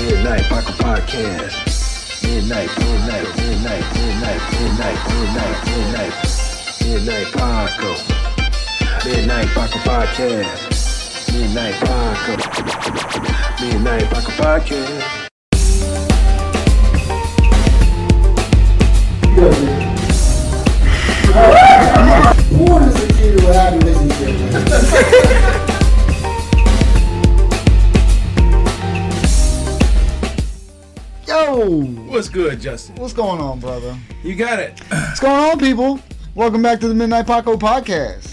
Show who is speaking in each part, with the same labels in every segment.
Speaker 1: Motherfucker Podcast. Midnight, midnight, midnight, midnight, midnight, midnight, midnight, midnight, Paco. Midnight Paco Podcast. Midnight Paco. Midnight Paco Podcast.
Speaker 2: What is the key to a happy relationship? Yo,
Speaker 3: What's good, Justin?
Speaker 2: what's going on, brother?
Speaker 3: You got it.
Speaker 2: What's going on, people? Welcome back to the Midnight Paco Podcast.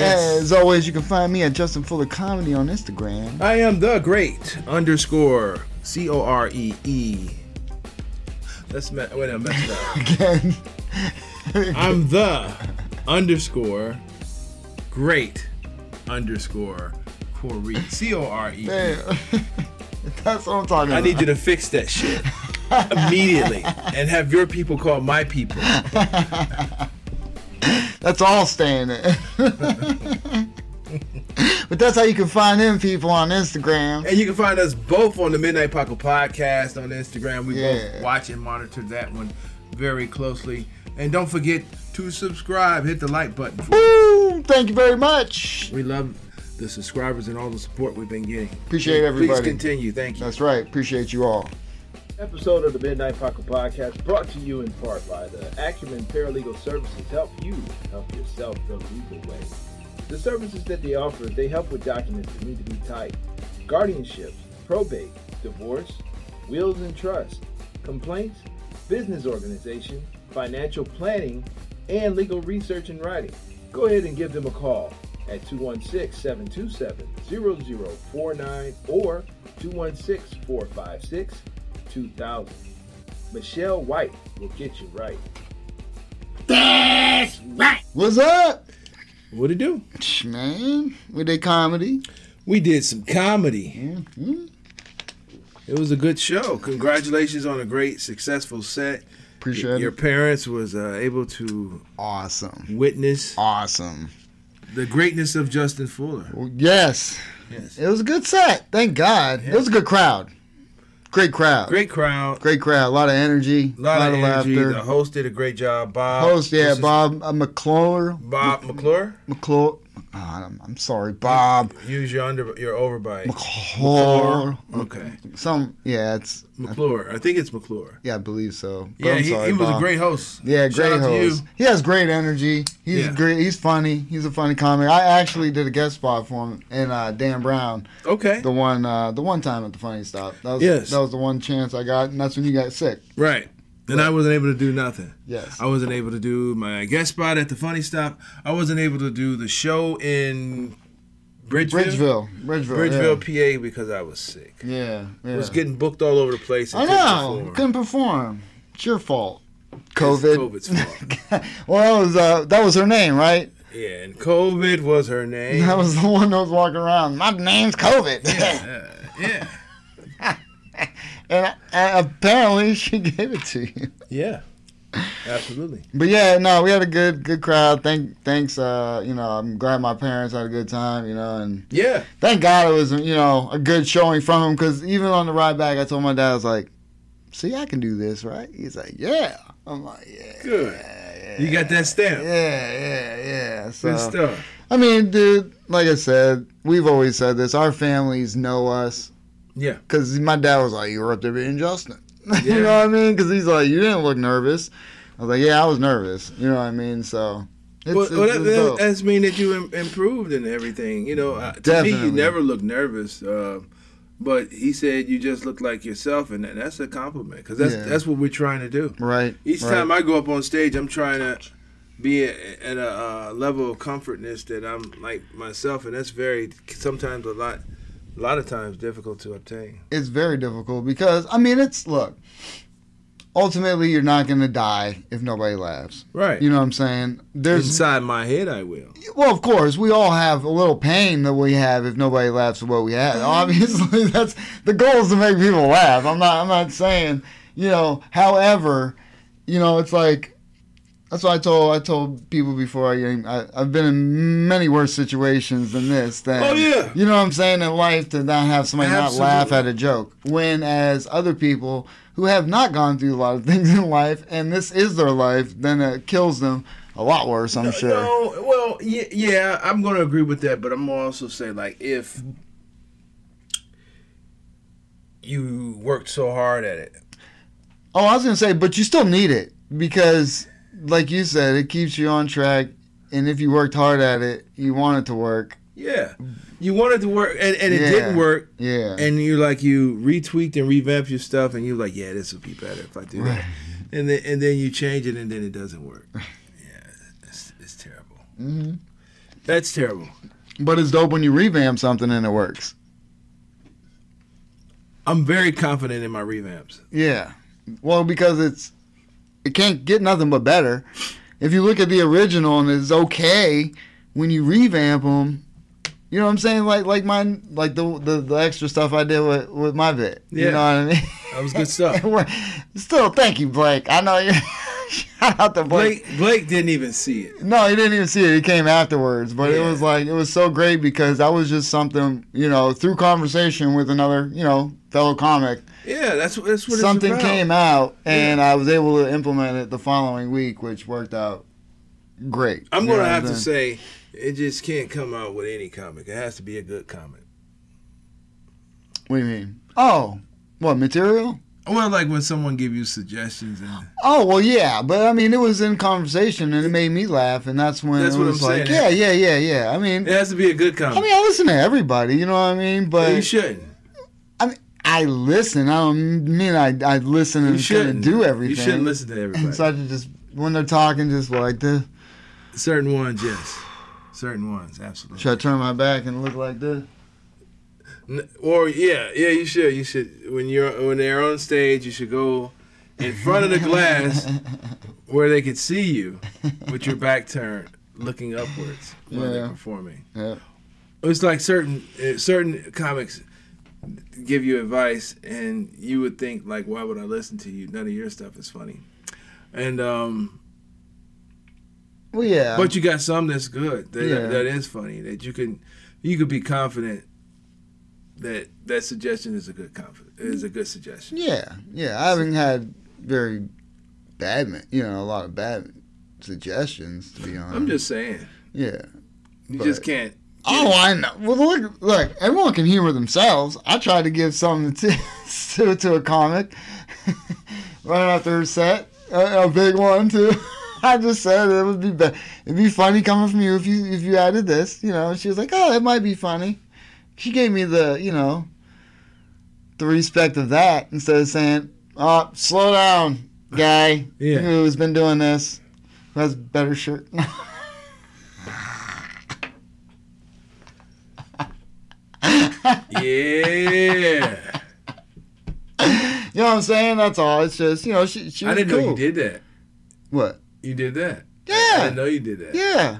Speaker 2: As always, you can find me at Justin Fuller Comedy on Instagram.
Speaker 3: I am the great underscore C O R E E. That's me- wait, I messed up.
Speaker 2: Again,
Speaker 3: I'm the underscore great underscore Corey. C O R E.
Speaker 2: Hey, that's what I'm talking
Speaker 3: I
Speaker 2: about.
Speaker 3: need you to fix that shit immediately and have your people call my people.
Speaker 2: That's all staying there. but that's how you can find them people on Instagram.
Speaker 3: And you can find us both on the Midnight Paco podcast on Instagram. We
Speaker 2: Yeah.
Speaker 3: both watch and monitor that one very closely. And don't forget to subscribe. Hit the like button.
Speaker 2: Woo! Thank you very much.
Speaker 3: We love the subscribers and all the support we've been getting.
Speaker 2: Appreciate
Speaker 3: Please
Speaker 2: everybody.
Speaker 3: continue. Thank you.
Speaker 2: That's right. Appreciate you all.
Speaker 4: Episode of the Midnight Pocket Podcast brought to you in part by the Acumen Paralegal Services. Help you help yourself the legal way. The services that they offer, they help with documents that need to be typed, guardianships, probate, divorce, wills and trusts, complaints, business organization, financial planning, and legal research and writing. Go ahead and give them a call at 216-727-0049 or 216-456-2000. Michelle White will get you right.
Speaker 2: What's up,
Speaker 3: What did do?
Speaker 2: Shh, man? We did comedy.
Speaker 3: We did some comedy.
Speaker 2: Mhm.
Speaker 3: It was a good show. Congratulations on a great, successful set.
Speaker 2: Appreciate
Speaker 3: Your
Speaker 2: it.
Speaker 3: parents was uh, able to
Speaker 2: Awesome.
Speaker 3: witness
Speaker 2: Awesome.
Speaker 3: the greatness of Justin Fuller.
Speaker 2: Well, yes.
Speaker 3: Yes.
Speaker 2: It was a good set. Thank God. It was a good crowd. Great crowd.
Speaker 3: Great crowd.
Speaker 2: Great crowd. A lot of energy.
Speaker 3: A lot, of, energy.
Speaker 2: laughher.
Speaker 3: The host did a great job. Bob.
Speaker 2: Host, yeah,
Speaker 3: what's his-
Speaker 2: Bob uh, McClure.
Speaker 3: Bob McClure.
Speaker 2: McClure. God, I'm, I'm sorry, Bob
Speaker 3: Use your under your overbite.
Speaker 2: McClure.
Speaker 3: Okay.
Speaker 2: Some, yeah, it's
Speaker 3: McClure. I think it's McClure.
Speaker 2: yeah, I believe so. But
Speaker 3: Yeah,
Speaker 2: I'm
Speaker 3: he,
Speaker 2: sorry,
Speaker 3: he was a
Speaker 2: Bob.
Speaker 3: great host.
Speaker 2: Yeah,
Speaker 3: Shout
Speaker 2: great
Speaker 3: out to
Speaker 2: host.
Speaker 3: you.
Speaker 2: He has great energy. He's
Speaker 3: Yeah.
Speaker 2: great. He's funny. He's a funny comic. I actually did a guest spot for him and uh, Dan Brown
Speaker 3: Okay.
Speaker 2: the one uh, the one time at the funny stop. That was
Speaker 3: Yes.
Speaker 2: that was the one chance I got, and that's when you got sick.
Speaker 3: Right. And I wasn't able to do nothing.
Speaker 2: Yes.
Speaker 3: I wasn't able to do my guest spot at the Funny Stop. I wasn't able to do the show in Bridgeville,
Speaker 2: Bridgeville, Bridgeville,
Speaker 3: Bridgeville, PA, because I was sick.
Speaker 2: Yeah, yeah. yeah.
Speaker 3: I was getting booked all over the place. and
Speaker 2: I
Speaker 3: couldn't
Speaker 2: know.
Speaker 3: perform.
Speaker 2: Couldn't perform. It's your fault.
Speaker 3: It's
Speaker 2: COVID.
Speaker 3: COVID's fault.
Speaker 2: well, that was uh, that was her name, right?
Speaker 3: yeah, and COVID was her name.
Speaker 2: That was the one that was walking around. My name's COVID.
Speaker 3: yeah, yeah,
Speaker 2: and I, and apparently she gave it to you.
Speaker 3: yeah, absolutely.
Speaker 2: But yeah, no, we had a good good crowd. Thank thanks. Uh, you know, I'm glad my parents had a good time. You know, and
Speaker 3: Yeah,
Speaker 2: thank God it was you know a good showing from him because even on the ride back, I told my dad I was like, "See, I can do this, right?" He's like, "Yeah." I'm like, "Yeah."
Speaker 3: Good.
Speaker 2: Yeah,
Speaker 3: you got that
Speaker 2: yeah,
Speaker 3: stamp.
Speaker 2: yeah, yeah.
Speaker 3: Good
Speaker 2: So
Speaker 3: stuff.
Speaker 2: I mean, dude, like I said, we've always said this. Our families know us.
Speaker 3: Yeah.
Speaker 2: Because my dad was like, you were up there being Justin.
Speaker 3: Yeah.
Speaker 2: you know what I mean? Because he's like, you didn't look nervous. I was like, yeah, I was nervous. You know what I mean? So, it's,
Speaker 3: well,
Speaker 2: it's,
Speaker 3: well, that,
Speaker 2: it's
Speaker 3: that,
Speaker 2: dope.
Speaker 3: that's mean that you Im- improved and everything. You know, uh, to me,
Speaker 2: Definitely.
Speaker 3: you never look nervous. Uh, but he said you just look like yourself, and that, that's a compliment because that's
Speaker 2: Yeah.
Speaker 3: that's what we're trying to do.
Speaker 2: right.
Speaker 3: Each
Speaker 2: right.
Speaker 3: time I go up on stage, I'm trying to be at, at a uh, level of comfortness that I'm like myself, and that's very sometimes a lot, a lot of times difficult to obtain.
Speaker 2: it's very difficult because, I mean, it's, look, ultimately, you're not going to die if nobody laughs.
Speaker 3: Right.
Speaker 2: You know what I'm saying? There's,
Speaker 3: Inside my head, I will.
Speaker 2: well, of course, we all have a little pain that we have if nobody laughs at what we have.
Speaker 3: Mm-hmm.
Speaker 2: Obviously, that's the goal is to make people laugh. I'm not, I'm not saying, you know. However, you know, it's like That's what I told I told people before I came. I, I've been in many worse situations than this. Than,
Speaker 3: Oh, yeah.
Speaker 2: You know what I'm saying in life to not have somebody
Speaker 3: Absolutely.
Speaker 2: not laugh at a joke. When as other people who have not gone through a lot of things in life and this is their life, then it kills them a lot worse. I'm sure.
Speaker 3: No, well, yeah, yeah, I'm going to agree with that, but I'm gonna also say like if you worked so hard at it,
Speaker 2: Oh, I was gonna say, but you still need it because, like you said, it keeps you on track. And if you worked hard at it, you want it to work.
Speaker 3: yeah, you wanted to work and, and it
Speaker 2: Yeah.
Speaker 3: didn't work,
Speaker 2: Yeah.
Speaker 3: and you like you retweaked and revamped your stuff, and you're like, yeah, this would be better if I do that, and then and then you change it, and then it doesn't work. Yeah, it's, it's terrible.
Speaker 2: Mhm.
Speaker 3: That's terrible.
Speaker 2: But it's dope when you revamp something and it works.
Speaker 3: I'm very confident in my revamps.
Speaker 2: Yeah. Well, because it's it can't get nothing but better. If you look at the original and it's okay, when you revamp them, you know what I'm saying? Like like mine, like the the, the extra stuff I did with with my vet. You
Speaker 3: Yeah.
Speaker 2: know what I mean?
Speaker 3: That was good stuff.
Speaker 2: Well, Still, thank you, Blake. I know you. Shout out to Blake.
Speaker 3: Blake Blake didn't even see it.
Speaker 2: No, he didn't even see it. He came afterwards, but it
Speaker 3: Yeah.
Speaker 2: was like it was so great because that was just something you know through conversation with another you know fellow comic.
Speaker 3: Yeah, that's what that's what
Speaker 2: something
Speaker 3: it's about.
Speaker 2: came out, and I was able to implement it the following week, which worked out great.
Speaker 3: I'm
Speaker 2: You know
Speaker 3: gonna
Speaker 2: what
Speaker 3: have to
Speaker 2: saying?
Speaker 3: say it just can't come out with any comic. It has to be a good comic.
Speaker 2: What do you mean? Oh, what material?
Speaker 3: Well, like when someone give you suggestions, and
Speaker 2: Oh well, yeah, but I mean, it was in conversation, and it made me laugh, and that's when
Speaker 3: That's
Speaker 2: it
Speaker 3: what
Speaker 2: was
Speaker 3: I'm
Speaker 2: like, yeah,
Speaker 3: saying.
Speaker 2: yeah, yeah, yeah. I mean,
Speaker 3: it has to be a good comic.
Speaker 2: I mean, I listen to everybody, you know what I mean?
Speaker 3: you
Speaker 2: But
Speaker 3: shouldn't.
Speaker 2: I listen. I don't mean I, I listen
Speaker 3: You
Speaker 2: and kind of
Speaker 3: shouldn't
Speaker 2: do everything.
Speaker 3: You shouldn't listen to everybody.
Speaker 2: So I should just when they're talking, just like this.
Speaker 3: Certain ones, yes. Certain ones, absolutely.
Speaker 2: Should I turn my back and look like this?
Speaker 3: N- Or yeah, yeah, you should. You should when you're when they're on stage, you should go in front of the glass where they can see you with your back turned, looking upwards while they're
Speaker 2: Yeah.
Speaker 3: performing.
Speaker 2: Yeah.
Speaker 3: it's like certain uh, certain comics give you advice and you would think like why would i listen to you none of your stuff is funny and um
Speaker 2: Well, yeah.
Speaker 3: but you got some that's good that,
Speaker 2: Yeah.
Speaker 3: that is funny that you can you could be confident that that suggestion is a good conf- is a good suggestion
Speaker 2: Yeah, yeah. I haven't had very bad, ma- you know, a lot of bad suggestions to be honest.
Speaker 3: i'm just saying
Speaker 2: yeah.
Speaker 3: you
Speaker 2: But-
Speaker 3: just can't
Speaker 2: Oh, I know. Well, look, look. Everyone can humor themselves. I tried to give something to to, to a comic right after her set, a, a big one too. I just said it would be be- it'd be funny coming from you if you if you added this. You know, she was like, "Oh, that might be funny." She gave me the you know the respect of that instead of saying, "Oh, slow down, guy
Speaker 3: Yeah.
Speaker 2: who's been doing this, who has better shirt."
Speaker 3: yeah
Speaker 2: You know what I'm saying? That's all. It's just you know she she was
Speaker 3: i didn't
Speaker 2: cool.
Speaker 3: know you did that
Speaker 2: What?
Speaker 3: you did that i
Speaker 2: Yeah,
Speaker 3: didn't know you did that
Speaker 2: yeah,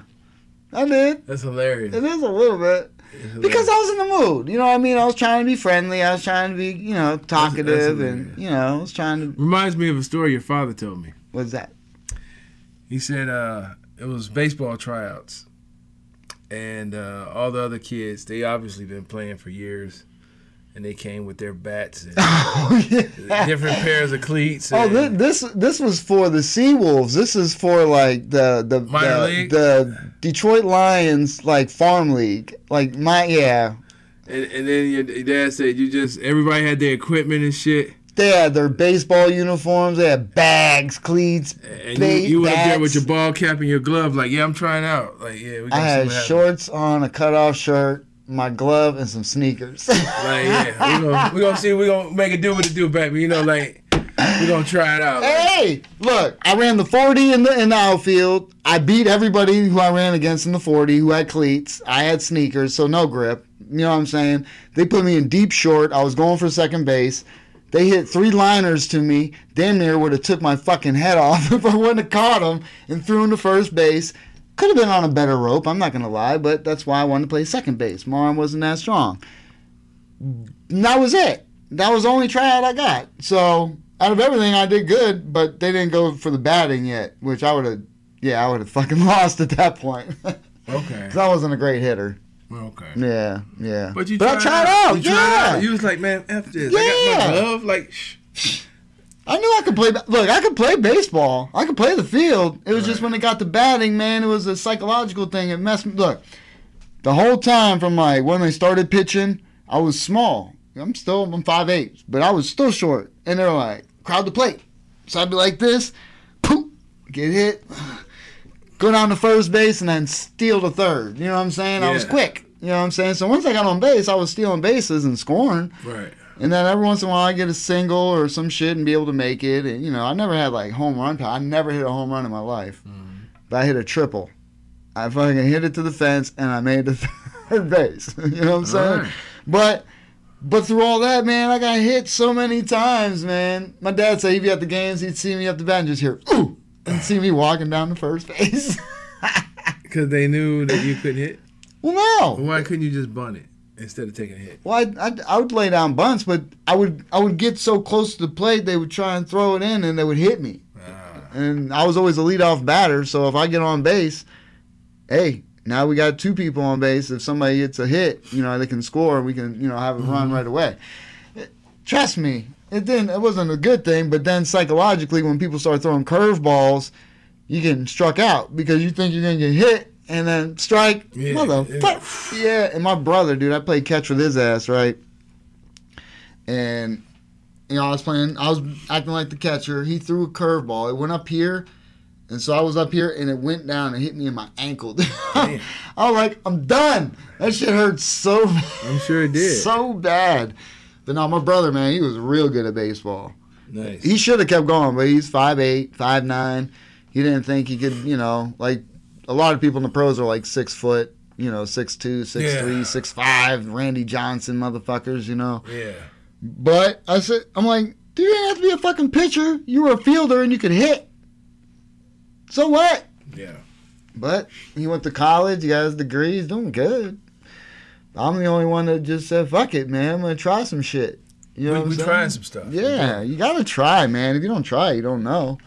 Speaker 2: I did.
Speaker 3: that's hilarious,
Speaker 2: It is a little bit because I was in the mood. You know what I mean? I was trying to be friendly. I was trying to be you know talkative and you know I was trying to.
Speaker 3: reminds me of a story your father told me
Speaker 2: What's that?
Speaker 3: he said uh, it was baseball tryouts and uh, all the other kids they obviously been playing for years and they came with their bats and
Speaker 2: Oh yeah.
Speaker 3: different pairs of cleats
Speaker 2: Oh,
Speaker 3: and
Speaker 2: thi- this this was for the Seawolves. This is for like the the
Speaker 3: Minor
Speaker 2: the,
Speaker 3: league?
Speaker 2: the Detroit Lions like farm league. Like my yeah,
Speaker 3: and, and then your dad said you just everybody had their equipment and shit
Speaker 2: they had their baseball uniforms. They had bags, cleats,
Speaker 3: and you,
Speaker 2: They-
Speaker 3: you went up there with
Speaker 2: bats.
Speaker 3: your ball cap and your glove like yeah i'm trying out like yeah we gonna
Speaker 2: I
Speaker 3: see
Speaker 2: had
Speaker 3: what happens.
Speaker 2: shorts on, a cutoff shirt, my glove, and some sneakers.
Speaker 3: like yeah we're gonna, we gonna see we're gonna make it do what it do baby you know like we're gonna try it out like,
Speaker 2: hey, look, I ran the 40 in the in the outfield. I beat everybody who I ran against in the 40 who had cleats. I had sneakers, so no grip. You know what I'm saying? They put me in deep short. I was going for second base. They hit three liners to me. Damn near would have took my fucking head off if I wouldn't have caught him and threw him to first base. Could have been on a better rope. I'm not gonna lie, but that's why I wanted to play second base. My arm wasn't that strong. And that was it. That was the only tryout I got. So out of everything, I did good, but they didn't go for the batting yet, which I would have Yeah, I would have fucking lost at that point.
Speaker 3: Okay.
Speaker 2: 'Cause I wasn't a great hitter.
Speaker 3: Okay.
Speaker 2: Yeah, yeah.
Speaker 3: But you
Speaker 2: I tried out.
Speaker 3: You
Speaker 2: yeah.
Speaker 3: tried out. You was like, man, f this. I got my
Speaker 2: Yeah.
Speaker 3: glove. Like, shh.
Speaker 2: I knew I could play. Look, I could play baseball. I could play the field. It was just
Speaker 3: Right.
Speaker 2: when it got to batting, man. It was a psychological thing. It messed me. Look, the whole time from like when I started pitching, I was small. I'm still I'm five eight, but I was still short. And they're like, crowd the plate. So I'd be like this, poof, get hit, go down to first base, and then steal the third. You know what I'm saying? I was
Speaker 3: Yeah.
Speaker 2: quick. You know what I'm saying? So once I got on base, I was stealing bases and scoring.
Speaker 3: Right.
Speaker 2: And then every once in a while, I get a single or some shit and be able to make it. And you know, I never had like home run. I never hit a home run in my life, but I hit a triple. I fucking hit it to the fence and I made the third base. you know what I'm saying?
Speaker 3: Alright.
Speaker 2: But but through all that, man, I got hit so many times, man. My dad said he'd be at the games, he'd see me at the bat and just hear ooh, and see me walking down the first base.
Speaker 3: Because they knew that you couldn't hit.
Speaker 2: well, no.
Speaker 3: Why couldn't you just bunt it instead of taking a hit?
Speaker 2: Well, I'd, I'd, I would lay down bunts, but I would I would get so close to the plate they would try and throw it in, and they would hit me.
Speaker 3: Ah.
Speaker 2: And I was always a leadoff batter, so if I get on base, hey, now we got two people on base. If somebody gets a hit, you know they can score. We can you know have a run
Speaker 3: Mm-hmm.
Speaker 2: right away. Trust me, it didn't. It wasn't a good thing, but then psychologically, when people start throwing curveballs, you getting struck out because you think you're gonna get hit. And then strike,
Speaker 3: Yeah,
Speaker 2: motherfucker. Yeah. and my brother, dude, I played catch with his ass, right? And you know, I was playing, I was acting like the catcher. He threw a curveball. It went up here, and so I was up here, and it went down and hit me in my ankle.
Speaker 3: Damn.
Speaker 2: I was like, I'm done. That shit hurt so bad.
Speaker 3: I'm sure it did.
Speaker 2: So bad. But no, my brother, man, he was real good at baseball.
Speaker 3: nice.
Speaker 2: He should have kept going, but he's 5'8, 5'9. He didn't think he could, you know, like a lot of people in the pros are like six foot, you know, six two, six
Speaker 3: Yeah.
Speaker 2: three, six five. Randy Johnson motherfuckers, you know.
Speaker 3: yeah.
Speaker 2: But I said, I'm like, dude, you didn't have to be a fucking pitcher. You were a fielder and you could hit. So what?
Speaker 3: Yeah.
Speaker 2: But he went to college, he got his degree, he's doing good. I'm the only one that just said, fuck it, man, I'm gonna try some shit. You know what I'm
Speaker 3: we we
Speaker 2: saying?
Speaker 3: trying some stuff.
Speaker 2: Yeah, you gotta try, man. If you don't try, you don't know.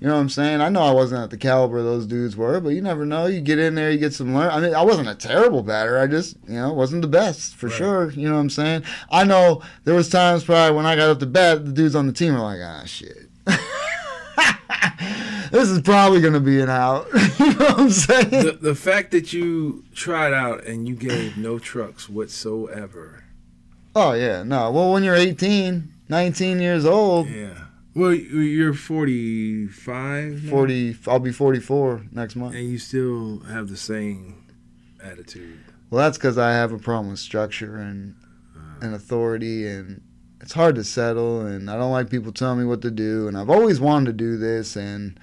Speaker 2: You know what I'm saying? I know I wasn't at the caliber those dudes were, but you never know. You get in there, you get some learn. I mean, I wasn't a terrible batter. I just, you know, wasn't the best for
Speaker 3: Right.
Speaker 2: sure. You know what I'm saying? I know there was times probably when I got up to bat, the dudes on the team were like, ah, shit. this is probably gonna be an out. you know what I'm saying?
Speaker 3: The, the fact that you tried out and you gave no trucks whatsoever.
Speaker 2: oh yeah, no. Well, when you're 18, 19 years old,
Speaker 3: Yeah. Well, you- you're 45. now,
Speaker 2: 40, I'll be 44 next month.
Speaker 3: And you still have the same attitude.
Speaker 2: Well, that's because I have a problem with structure and and authority, and it's hard to settle. And I don't like people telling me what to do. And I've always wanted to do this. And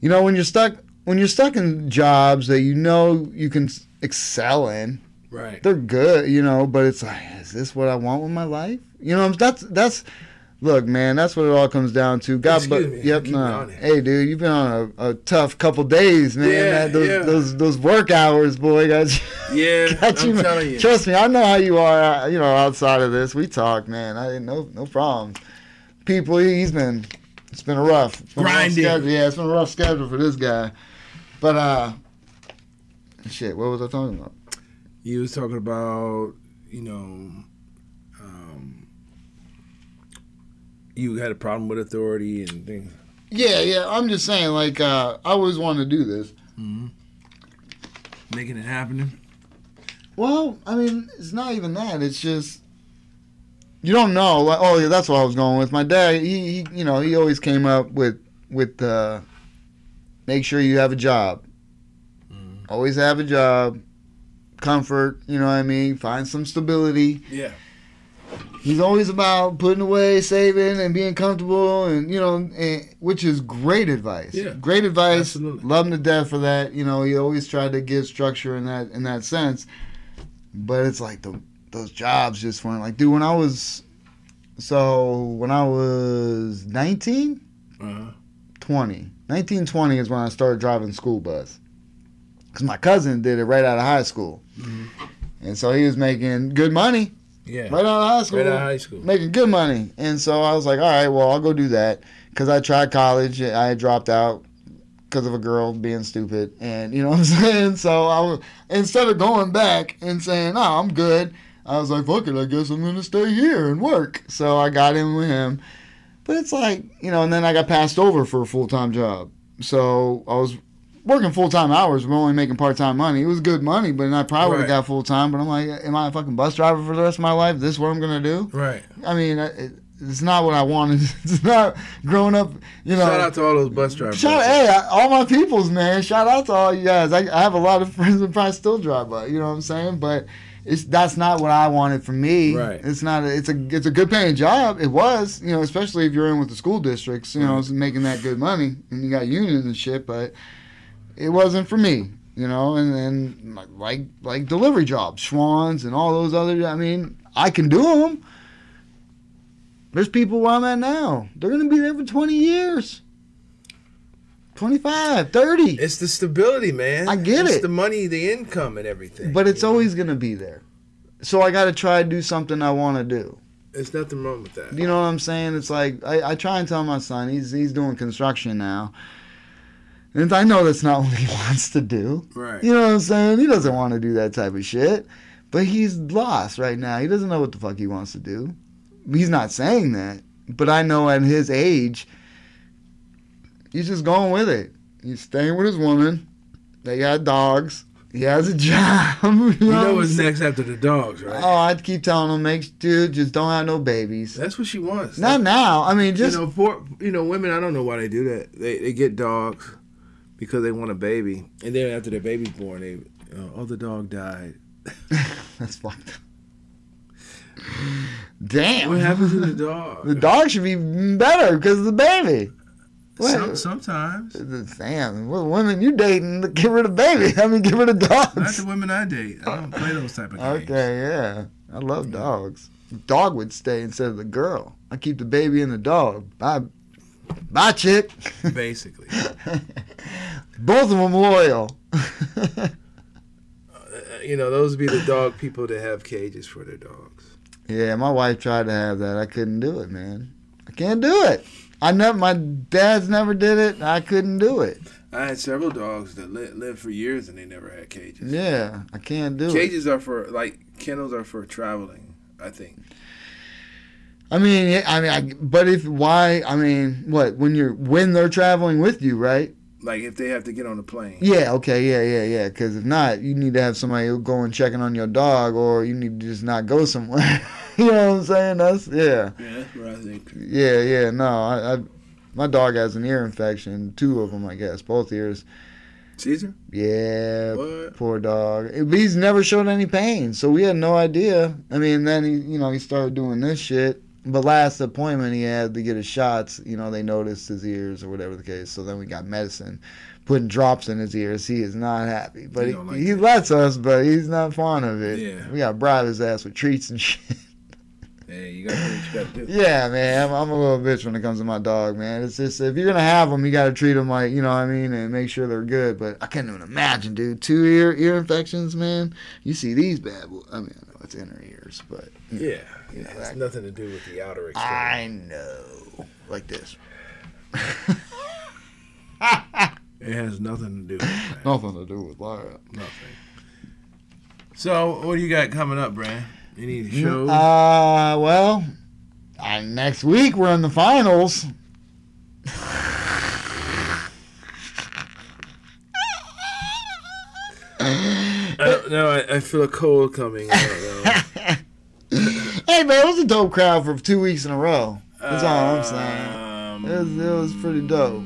Speaker 2: you know, when you're stuck, when you're stuck in jobs that you know you can s- excel in,
Speaker 3: Right.
Speaker 2: they're good, you know. But it's like, is this what I want with my life? You know, that's that's. Look, man, that's what it all comes down to. God,
Speaker 3: Excuse
Speaker 2: but
Speaker 3: me,
Speaker 2: yep,
Speaker 3: keep
Speaker 2: no.
Speaker 3: going here.
Speaker 2: Hey, dude, you've been on a, a tough couple days, man.
Speaker 3: Yeah,
Speaker 2: That- those,
Speaker 3: yeah.
Speaker 2: those those work hours, boy, guys.
Speaker 3: Yeah.
Speaker 2: Got
Speaker 3: I'm
Speaker 2: you, man.
Speaker 3: telling you.
Speaker 2: Trust me, I know how you are. uh, You know, outside of this, we talk, man. I no no problem. People, he- he's been it's been a rough it's been a rough
Speaker 3: Grinding.
Speaker 2: schedule. Yeah, it's been a rough schedule for this guy. But uh, shit, what was I talking about?
Speaker 3: You was talking about, you know, um, you had a problem with authority and things.
Speaker 2: Yeah, yeah. I'm just saying, like, uh, I always wanted to do this.
Speaker 3: Mm-hmm. Making it happen.
Speaker 2: Well, I mean, it's not even that. It's just you don't know. Like, oh, yeah, that's what I was going with. My dad, he, he you know, he always came up with with uh, make sure you have a job.
Speaker 3: Mm-hmm.
Speaker 2: Always have a job, comfort. You know what I mean. Find some stability.
Speaker 3: Yeah.
Speaker 2: He's always about putting away, saving, and being comfortable, and you know, and, which is great advice.
Speaker 3: Yeah.
Speaker 2: great advice.
Speaker 3: Absolutely.
Speaker 2: Love him to death for that. You know, he always tried to give structure in that in that sense. But it's like the those jobs just weren't like, dude. When I was so when I was 19,
Speaker 3: Uh-huh.
Speaker 2: 20, 1920 is when I started driving school bus. Cause my cousin did it right out of high school,
Speaker 3: Mhm.
Speaker 2: and so he was making good money
Speaker 3: Yeah.
Speaker 2: right out of high school
Speaker 3: Right out of high school.
Speaker 2: making good money. And so I was like, all right, well, I'll go do that because I tried college. I had dropped out 'cause because of a girl being stupid, and you know what I'm saying. So I was instead of going back and saying, "Oh, I'm good," I was like, "Fuck it, I guess I'm gonna stay here and work." So I got in with him, but it's like you know, and then I got passed over for a full time job. So I was working full time hours, but only making part time money. It was good money, but I probably would
Speaker 3: Right.
Speaker 2: have got full time. But I'm like, am I a fucking bus driver for the rest of my life? This is what I'm gonna do?
Speaker 3: Right.
Speaker 2: I mean, I- it, it's not what I wanted. It's not growing up, you know.
Speaker 3: Shout out to all those bus drivers.
Speaker 2: Shout hey, I- all my peoples, man. Shout out to all you guys. I, I have a lot of friends that probably still drive by. You know what I'm saying? But it's that's not what I wanted for me.
Speaker 3: Right.
Speaker 2: It's not. A, it's a it's a good paying job. It was. You know, especially if you're in with the school districts. You know, it's
Speaker 3: Mm-hmm.
Speaker 2: making that good money and you got unions and shit. But it wasn't for me. You know, and then like like delivery jobs, Schwans, and all those other. I mean, I can do them. There's people where I'm at now. They're gonna be there for 20 years. 25, 30.
Speaker 3: It's the stability, man.
Speaker 2: I get
Speaker 3: it's
Speaker 2: it.
Speaker 3: the money, the income, and everything.
Speaker 2: but it's always going to be there. So I got to try to do something I want to do.
Speaker 3: There's nothing wrong with that.
Speaker 2: You know what I'm saying? It's like I, I try and tell my son he's he's doing construction now, and I know that's not what he wants to do.
Speaker 3: Right.
Speaker 2: You know what I'm saying? He doesn't want to do that type of shit, but he's lost right now. He doesn't know what the fuck he wants to do. He's not saying that, but I know at his age, he's just going with it. He's staying with his woman. They got dogs. He has a job.
Speaker 3: You
Speaker 2: what
Speaker 3: know
Speaker 2: I'm
Speaker 3: what's
Speaker 2: saying?
Speaker 3: next after the dogs, right?
Speaker 2: Oh, I'd keep telling him, make dude, just don't have no babies.
Speaker 3: That's what she wants.
Speaker 2: Not now. I mean, just
Speaker 3: you know, poor, you know, women. I don't know why they do that. They they get dogs because they want a baby, and then after their baby's born, they uh, oh the dog died.
Speaker 2: that's fucked. up. Damn.
Speaker 3: What happened to the
Speaker 2: The
Speaker 3: dog?
Speaker 2: dog should be better because of the baby. What?
Speaker 3: Some, sometimes
Speaker 2: Damn, what women you dating? Get rid of baby. I mean, get rid of
Speaker 3: not
Speaker 2: dogs.
Speaker 3: the women I date. I don't play those type of games.
Speaker 2: Okay, yeah, I love dogs. The dog would stay instead of the girl. I keep the baby and the dog. Bye, bye, chick.
Speaker 3: Basically,
Speaker 2: Both of them loyal.
Speaker 3: Uh, you know, those would be the dog people that have cages for their dogs.
Speaker 2: Yeah, my wife tried to have that. I couldn't do it, man. I can't do it. I never. My dad's never did it. I couldn't do it.
Speaker 3: I had several dogs that li- lived for years and they never had cages.
Speaker 2: Yeah, I can't do it.
Speaker 3: Cages are for like kennels are for traveling. I think.
Speaker 2: I mean, yeah, I mean, I, but if why? I mean, what when you're when they're traveling with you, right?
Speaker 3: Like if they have to get on a plane.
Speaker 2: Yeah. Okay. Yeah. Yeah. Yeah. Because if not, you need to have somebody who go and checking on your dog, or you need to just not go somewhere. you know what I'm saying? That's yeah.
Speaker 3: Yeah, that's what I think.
Speaker 2: Yeah, yeah, no. I, I, my dog has an ear infection, two of them, I guess, both ears.
Speaker 3: Caesar.
Speaker 2: Yeah,
Speaker 3: What?
Speaker 2: poor dog. But he's never showed any pain, so we had no idea. I mean, then he, you know, he started doing this shit. But last appointment he had to get his shots, you know, they noticed his ears or whatever the case. So then we got medicine, putting drops in his ears. He is not happy, but
Speaker 3: He
Speaker 2: he,
Speaker 3: don't like
Speaker 2: he
Speaker 3: that.
Speaker 2: lets us, but he's not fond of it.
Speaker 3: Yeah.
Speaker 2: we got to bribe his ass with treats and shit.
Speaker 3: Hey, you gotta do what you gotta do.
Speaker 2: Yeah, man, I'm, I'm a little bitch when it comes to my dog, man. It's just if you're gonna have them, you gotta treat them like you know what I mean, and make sure they're good. But I can't even imagine, dude. Two ear ear infections, man. You see these bad boys. I mean, I know it's inner ears, but
Speaker 3: Yeah,
Speaker 2: You know,
Speaker 3: it's
Speaker 2: that-
Speaker 3: nothing to do with the outer extremity.
Speaker 2: I know, like this.
Speaker 3: It has nothing to do with that.
Speaker 2: Nothing to do with Lyra.
Speaker 3: Nothing. So, what do you got coming up, Brad? Any shows?
Speaker 2: Mm, Uh, well, uh, next week we're in the finals.
Speaker 3: I don't know. Uh, I, I feel a cold coming. I don't know.
Speaker 2: Hey, man, it was a dope crowd for two weeks in a row. That's all I'm saying.
Speaker 3: Um,
Speaker 2: It was, it was pretty dope.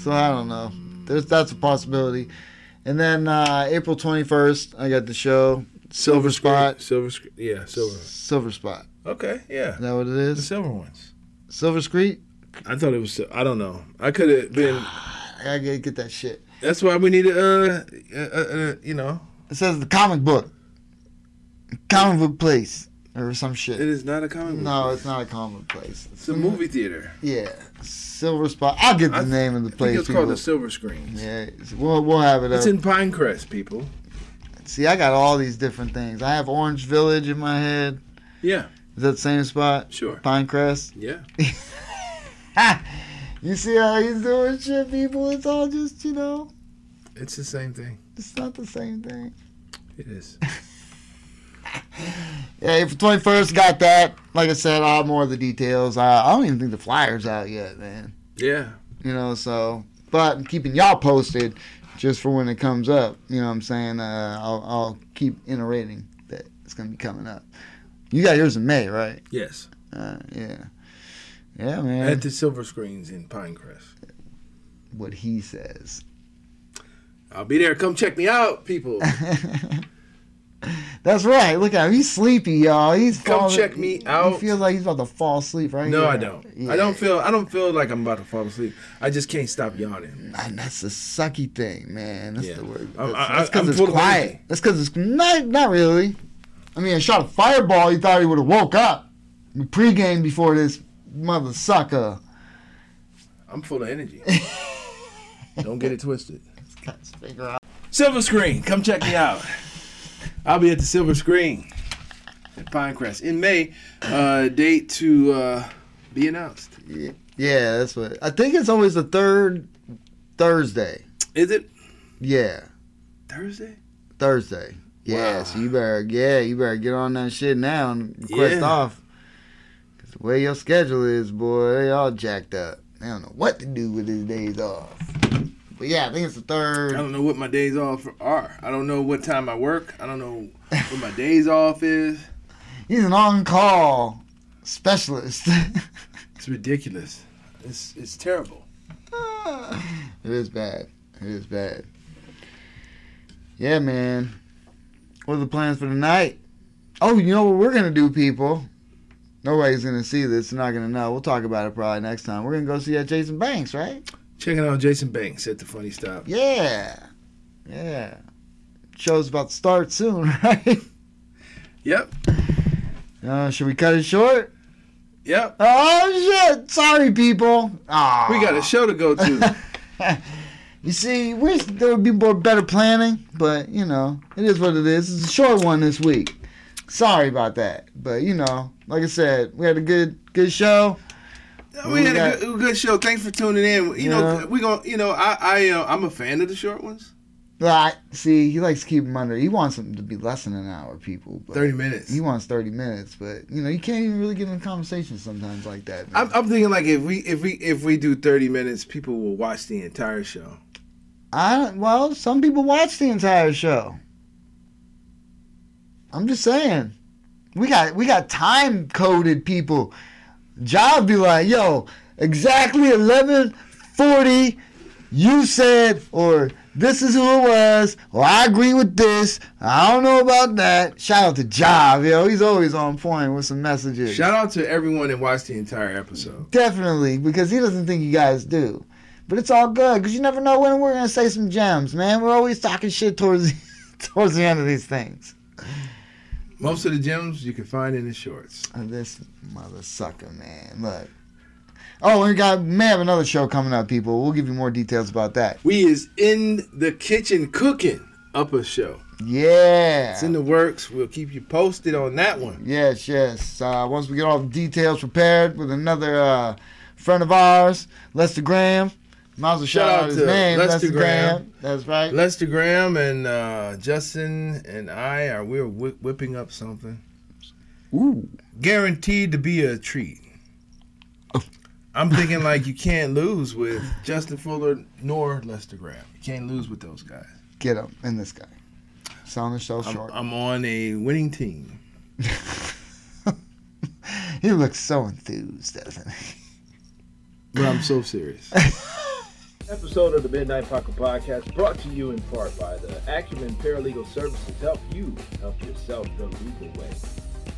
Speaker 2: So I don't know. There's that's a possibility. And then uh, April 21st, I got the show Silver Spot.
Speaker 3: Silver Screen. Yeah, silver.
Speaker 2: Silver Spot.
Speaker 3: Okay, yeah.
Speaker 2: Is that what it
Speaker 3: The
Speaker 2: is?
Speaker 3: silver ones.
Speaker 2: Silver Street.
Speaker 3: I thought it was. I don't know. I could have been.
Speaker 2: I gotta get, get that shit.
Speaker 3: That's why we need a. Uh, uh, uh, you know,
Speaker 2: It says the comic book, comic book place or some
Speaker 3: it
Speaker 2: shit.
Speaker 3: is not a comic book.
Speaker 2: No, it's not a comic place.
Speaker 3: It's a movie theater.
Speaker 2: Yeah, Silver Spot. I'll get the
Speaker 3: I-
Speaker 2: name of the
Speaker 3: I think
Speaker 2: place.
Speaker 3: it's called the
Speaker 2: people.
Speaker 3: Silver Screen.
Speaker 2: Yeah, it's- we'll we'll have it. up.
Speaker 3: It's in Pinecrest, people.
Speaker 2: See, I got all these different things. I have Orange Village in my head.
Speaker 3: Yeah.
Speaker 2: Is that the same spot?
Speaker 3: Sure.
Speaker 2: Pinecrest.
Speaker 3: Yeah.
Speaker 2: Ah, You see how he's doing shit, people? It's all just, you know,
Speaker 3: It's the same thing.
Speaker 2: it's not the same thing.
Speaker 3: It is.
Speaker 2: Yeah, April 21st, got that. Like I said, I'll have more of the details. Uh, I don't even think the flyer's out yet, man.
Speaker 3: Yeah.
Speaker 2: You know, so. But I'm keeping y'all posted just for when it comes up. You know what I'm saying? Uh, I'll, I'll keep iterating that it's going to be coming up. You got yours in May, right?
Speaker 3: Yes.
Speaker 2: Uh, yeah. Yeah, man.
Speaker 3: At the Silver Screens in Pinecrest.
Speaker 2: what he says.
Speaker 3: I'll be there. Come check me out, people.
Speaker 2: That's right. Look at him. He's sleepy, y'all. He's
Speaker 3: Come
Speaker 2: falling-
Speaker 3: check me
Speaker 2: He
Speaker 3: out.
Speaker 2: feels like he's about to fall asleep right
Speaker 3: No,
Speaker 2: here.
Speaker 3: I don't.
Speaker 2: Yeah.
Speaker 3: I don't feel. I don't feel like I'm about to fall asleep. I just can't stop yawning.
Speaker 2: And that's the sucky thing, man. That's
Speaker 3: Yeah.
Speaker 2: the word.
Speaker 3: I'm-
Speaker 2: That's-
Speaker 3: I-
Speaker 2: That's because
Speaker 3: I'm
Speaker 2: it's
Speaker 3: full of
Speaker 2: quiet.
Speaker 3: energy.
Speaker 2: That's because it's not not really. I mean, I shot a fireball. He thought he would have woke up. We pregame before this mother sucker.
Speaker 3: I'm full of energy. don't get it twisted.
Speaker 2: Let's figure out.
Speaker 3: Silver Screen, come check me out. I'll be at the Silver Screen at Pinecrest in May. Uh, date to uh, be announced.
Speaker 2: Yeah, that's what. I think it's always the third Thursday.
Speaker 3: Is it
Speaker 2: Yeah,
Speaker 3: Thursday?
Speaker 2: Thursday. Yeah,
Speaker 3: Wow.
Speaker 2: so you better yeah, you better get on that shit now and request
Speaker 3: Yeah.
Speaker 2: off. Cause the way your schedule is, boy, they all jacked up. They don't know what to do with his days off. But yeah, I think it's the
Speaker 3: I
Speaker 2: third.
Speaker 3: don't know what my days off are. I don't know what time I work. I don't know what my days off is.
Speaker 2: He's an on-call specialist.
Speaker 3: It's ridiculous. It's it's terrible.
Speaker 2: it is bad. It is bad. Yeah, man. What are the plans for tonight? Oh, you know what we're gonna do, people. Nobody's gonna see this. They're not gonna know. We'll talk about it probably next time. We're gonna go see that Jason Banks, right?
Speaker 3: Checking out Jason Banks at the Funny Stop.
Speaker 2: Yeah, yeah. Show's about to start soon, right?
Speaker 3: Yep,
Speaker 2: Uh, should we cut it short?
Speaker 3: yep.
Speaker 2: Oh shit! Sorry, people. Aw.
Speaker 3: We got a show to go to.
Speaker 2: You see, wish there would be more better planning, but you know, it is what it is. It's a short one this week. Sorry about that, but you know, like I said, we had a good good show.
Speaker 3: we had
Speaker 2: got-
Speaker 3: a good, good show. Thanks for tuning in. You
Speaker 2: Yeah.
Speaker 3: know, we going to you know, I I uh, I'm a fan of the short ones.
Speaker 2: But see, he likes to keep them under. He wants them to be less than an hour, people. But
Speaker 3: Thirty minutes.
Speaker 2: He wants thirty minutes, but you know, you can't even really get in conversation sometimes like that. man.
Speaker 3: I'm, I'm thinking like if we if we if we do 30 minutes, people will watch the entire show.
Speaker 2: I don't- well, some people watch the entire show. I'm just saying, we got we got time coded people. Job be like, yo, exactly 11:40, you said, or this is who it was, or I agree with this. I don't know about that. Shout out to Job, yo, he's always on point with some messages.
Speaker 3: Shout out to everyone that watched the entire episode.
Speaker 2: Definitely, because he doesn't think you guys do. But it's all good, because you never know when we're gonna say some gems, man. We're always talking shit towards the, towards the end of these things.
Speaker 3: Most of the gems you can find in the shorts.
Speaker 2: And Oh, This mother sucker, man. Look. Oh, and we got may have another show coming up, people. We'll give you more details about that.
Speaker 3: We is in the kitchen cooking up a show.
Speaker 2: Yeah.
Speaker 3: It's in the works. We'll keep you posted on that one.
Speaker 2: Yes, yes. Uh, once we get all the details prepared with another uh, friend of ours, Lester Graham. Might as well shout, out his
Speaker 3: to
Speaker 2: name, Lester,
Speaker 3: Lester
Speaker 2: Graham.
Speaker 3: Graham.
Speaker 2: That's right.
Speaker 3: Lester Graham and uh, Justin and I are we're whi- whipping up something
Speaker 2: Ooh.
Speaker 3: guaranteed to be a treat. I'm thinking like you can't lose with Justin Fuller nor Lester Graham. You can't lose with those guys.
Speaker 2: Get him and this guy. Selling the show
Speaker 3: I'm,
Speaker 2: short.
Speaker 3: I'm on a winning team.
Speaker 2: He looks so enthused, doesn't he?
Speaker 3: But I'm so serious.
Speaker 4: Episode of the Midnight Pocket Podcast brought to you in part by the Acumen Paralegal Services help you help yourself the legal way.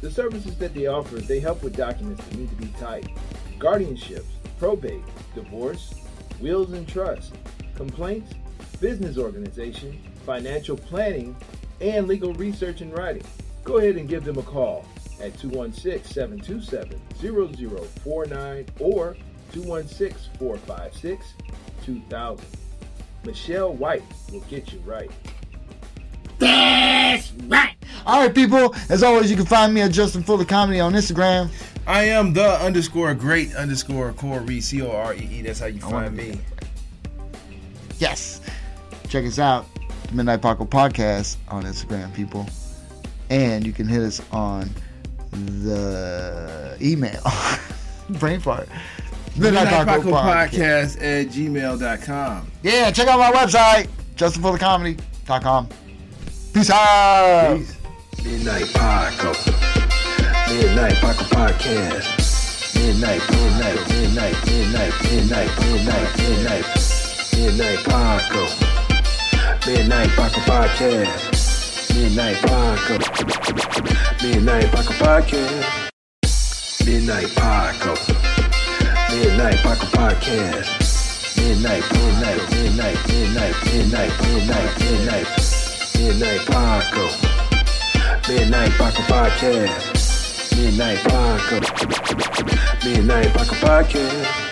Speaker 4: The services that they offer, they help with documents that need to be typed, guardianships, probate, divorce, wills and trusts, complaints, business organization, financial planning, and legal research and writing. Go ahead and give them a call at 216-727-0049 or 216-456 2000. Michelle White will get you right.
Speaker 2: All right, people. As always, you can find me at Justin Fuller Comedy on Instagram.
Speaker 3: I am the underscore great underscore Corey C O R E E. That's how you
Speaker 2: wanna
Speaker 3: find
Speaker 2: be
Speaker 3: me.
Speaker 2: Yes. Check us out, the Midnight Pocket Podcast on Instagram, people. And you can hit us on the email. Brain fart.
Speaker 3: Midnight Paco
Speaker 2: Pocket Podcast.
Speaker 3: Podcast at gmail.com.
Speaker 2: Yeah, check out my website, justinforthecomedy.com. Peace out.
Speaker 3: Peace.
Speaker 1: Midnight Paco. Midnight Paco Podcast. Midnight, midnight, midnight, midnight, midnight, midnight, midnight. Midnight Paco. Midnight Paco Podcast. Midnight Paco. Midnight Paco Podcast. Midnight Paco. Midnight Paco Podcast. Midnight, midnight, midnight, midnight, midnight, midnight, midnight. Midnight Paco. Midnight Baka Podcast. Midnight Baka. Midnight Baka Podcast.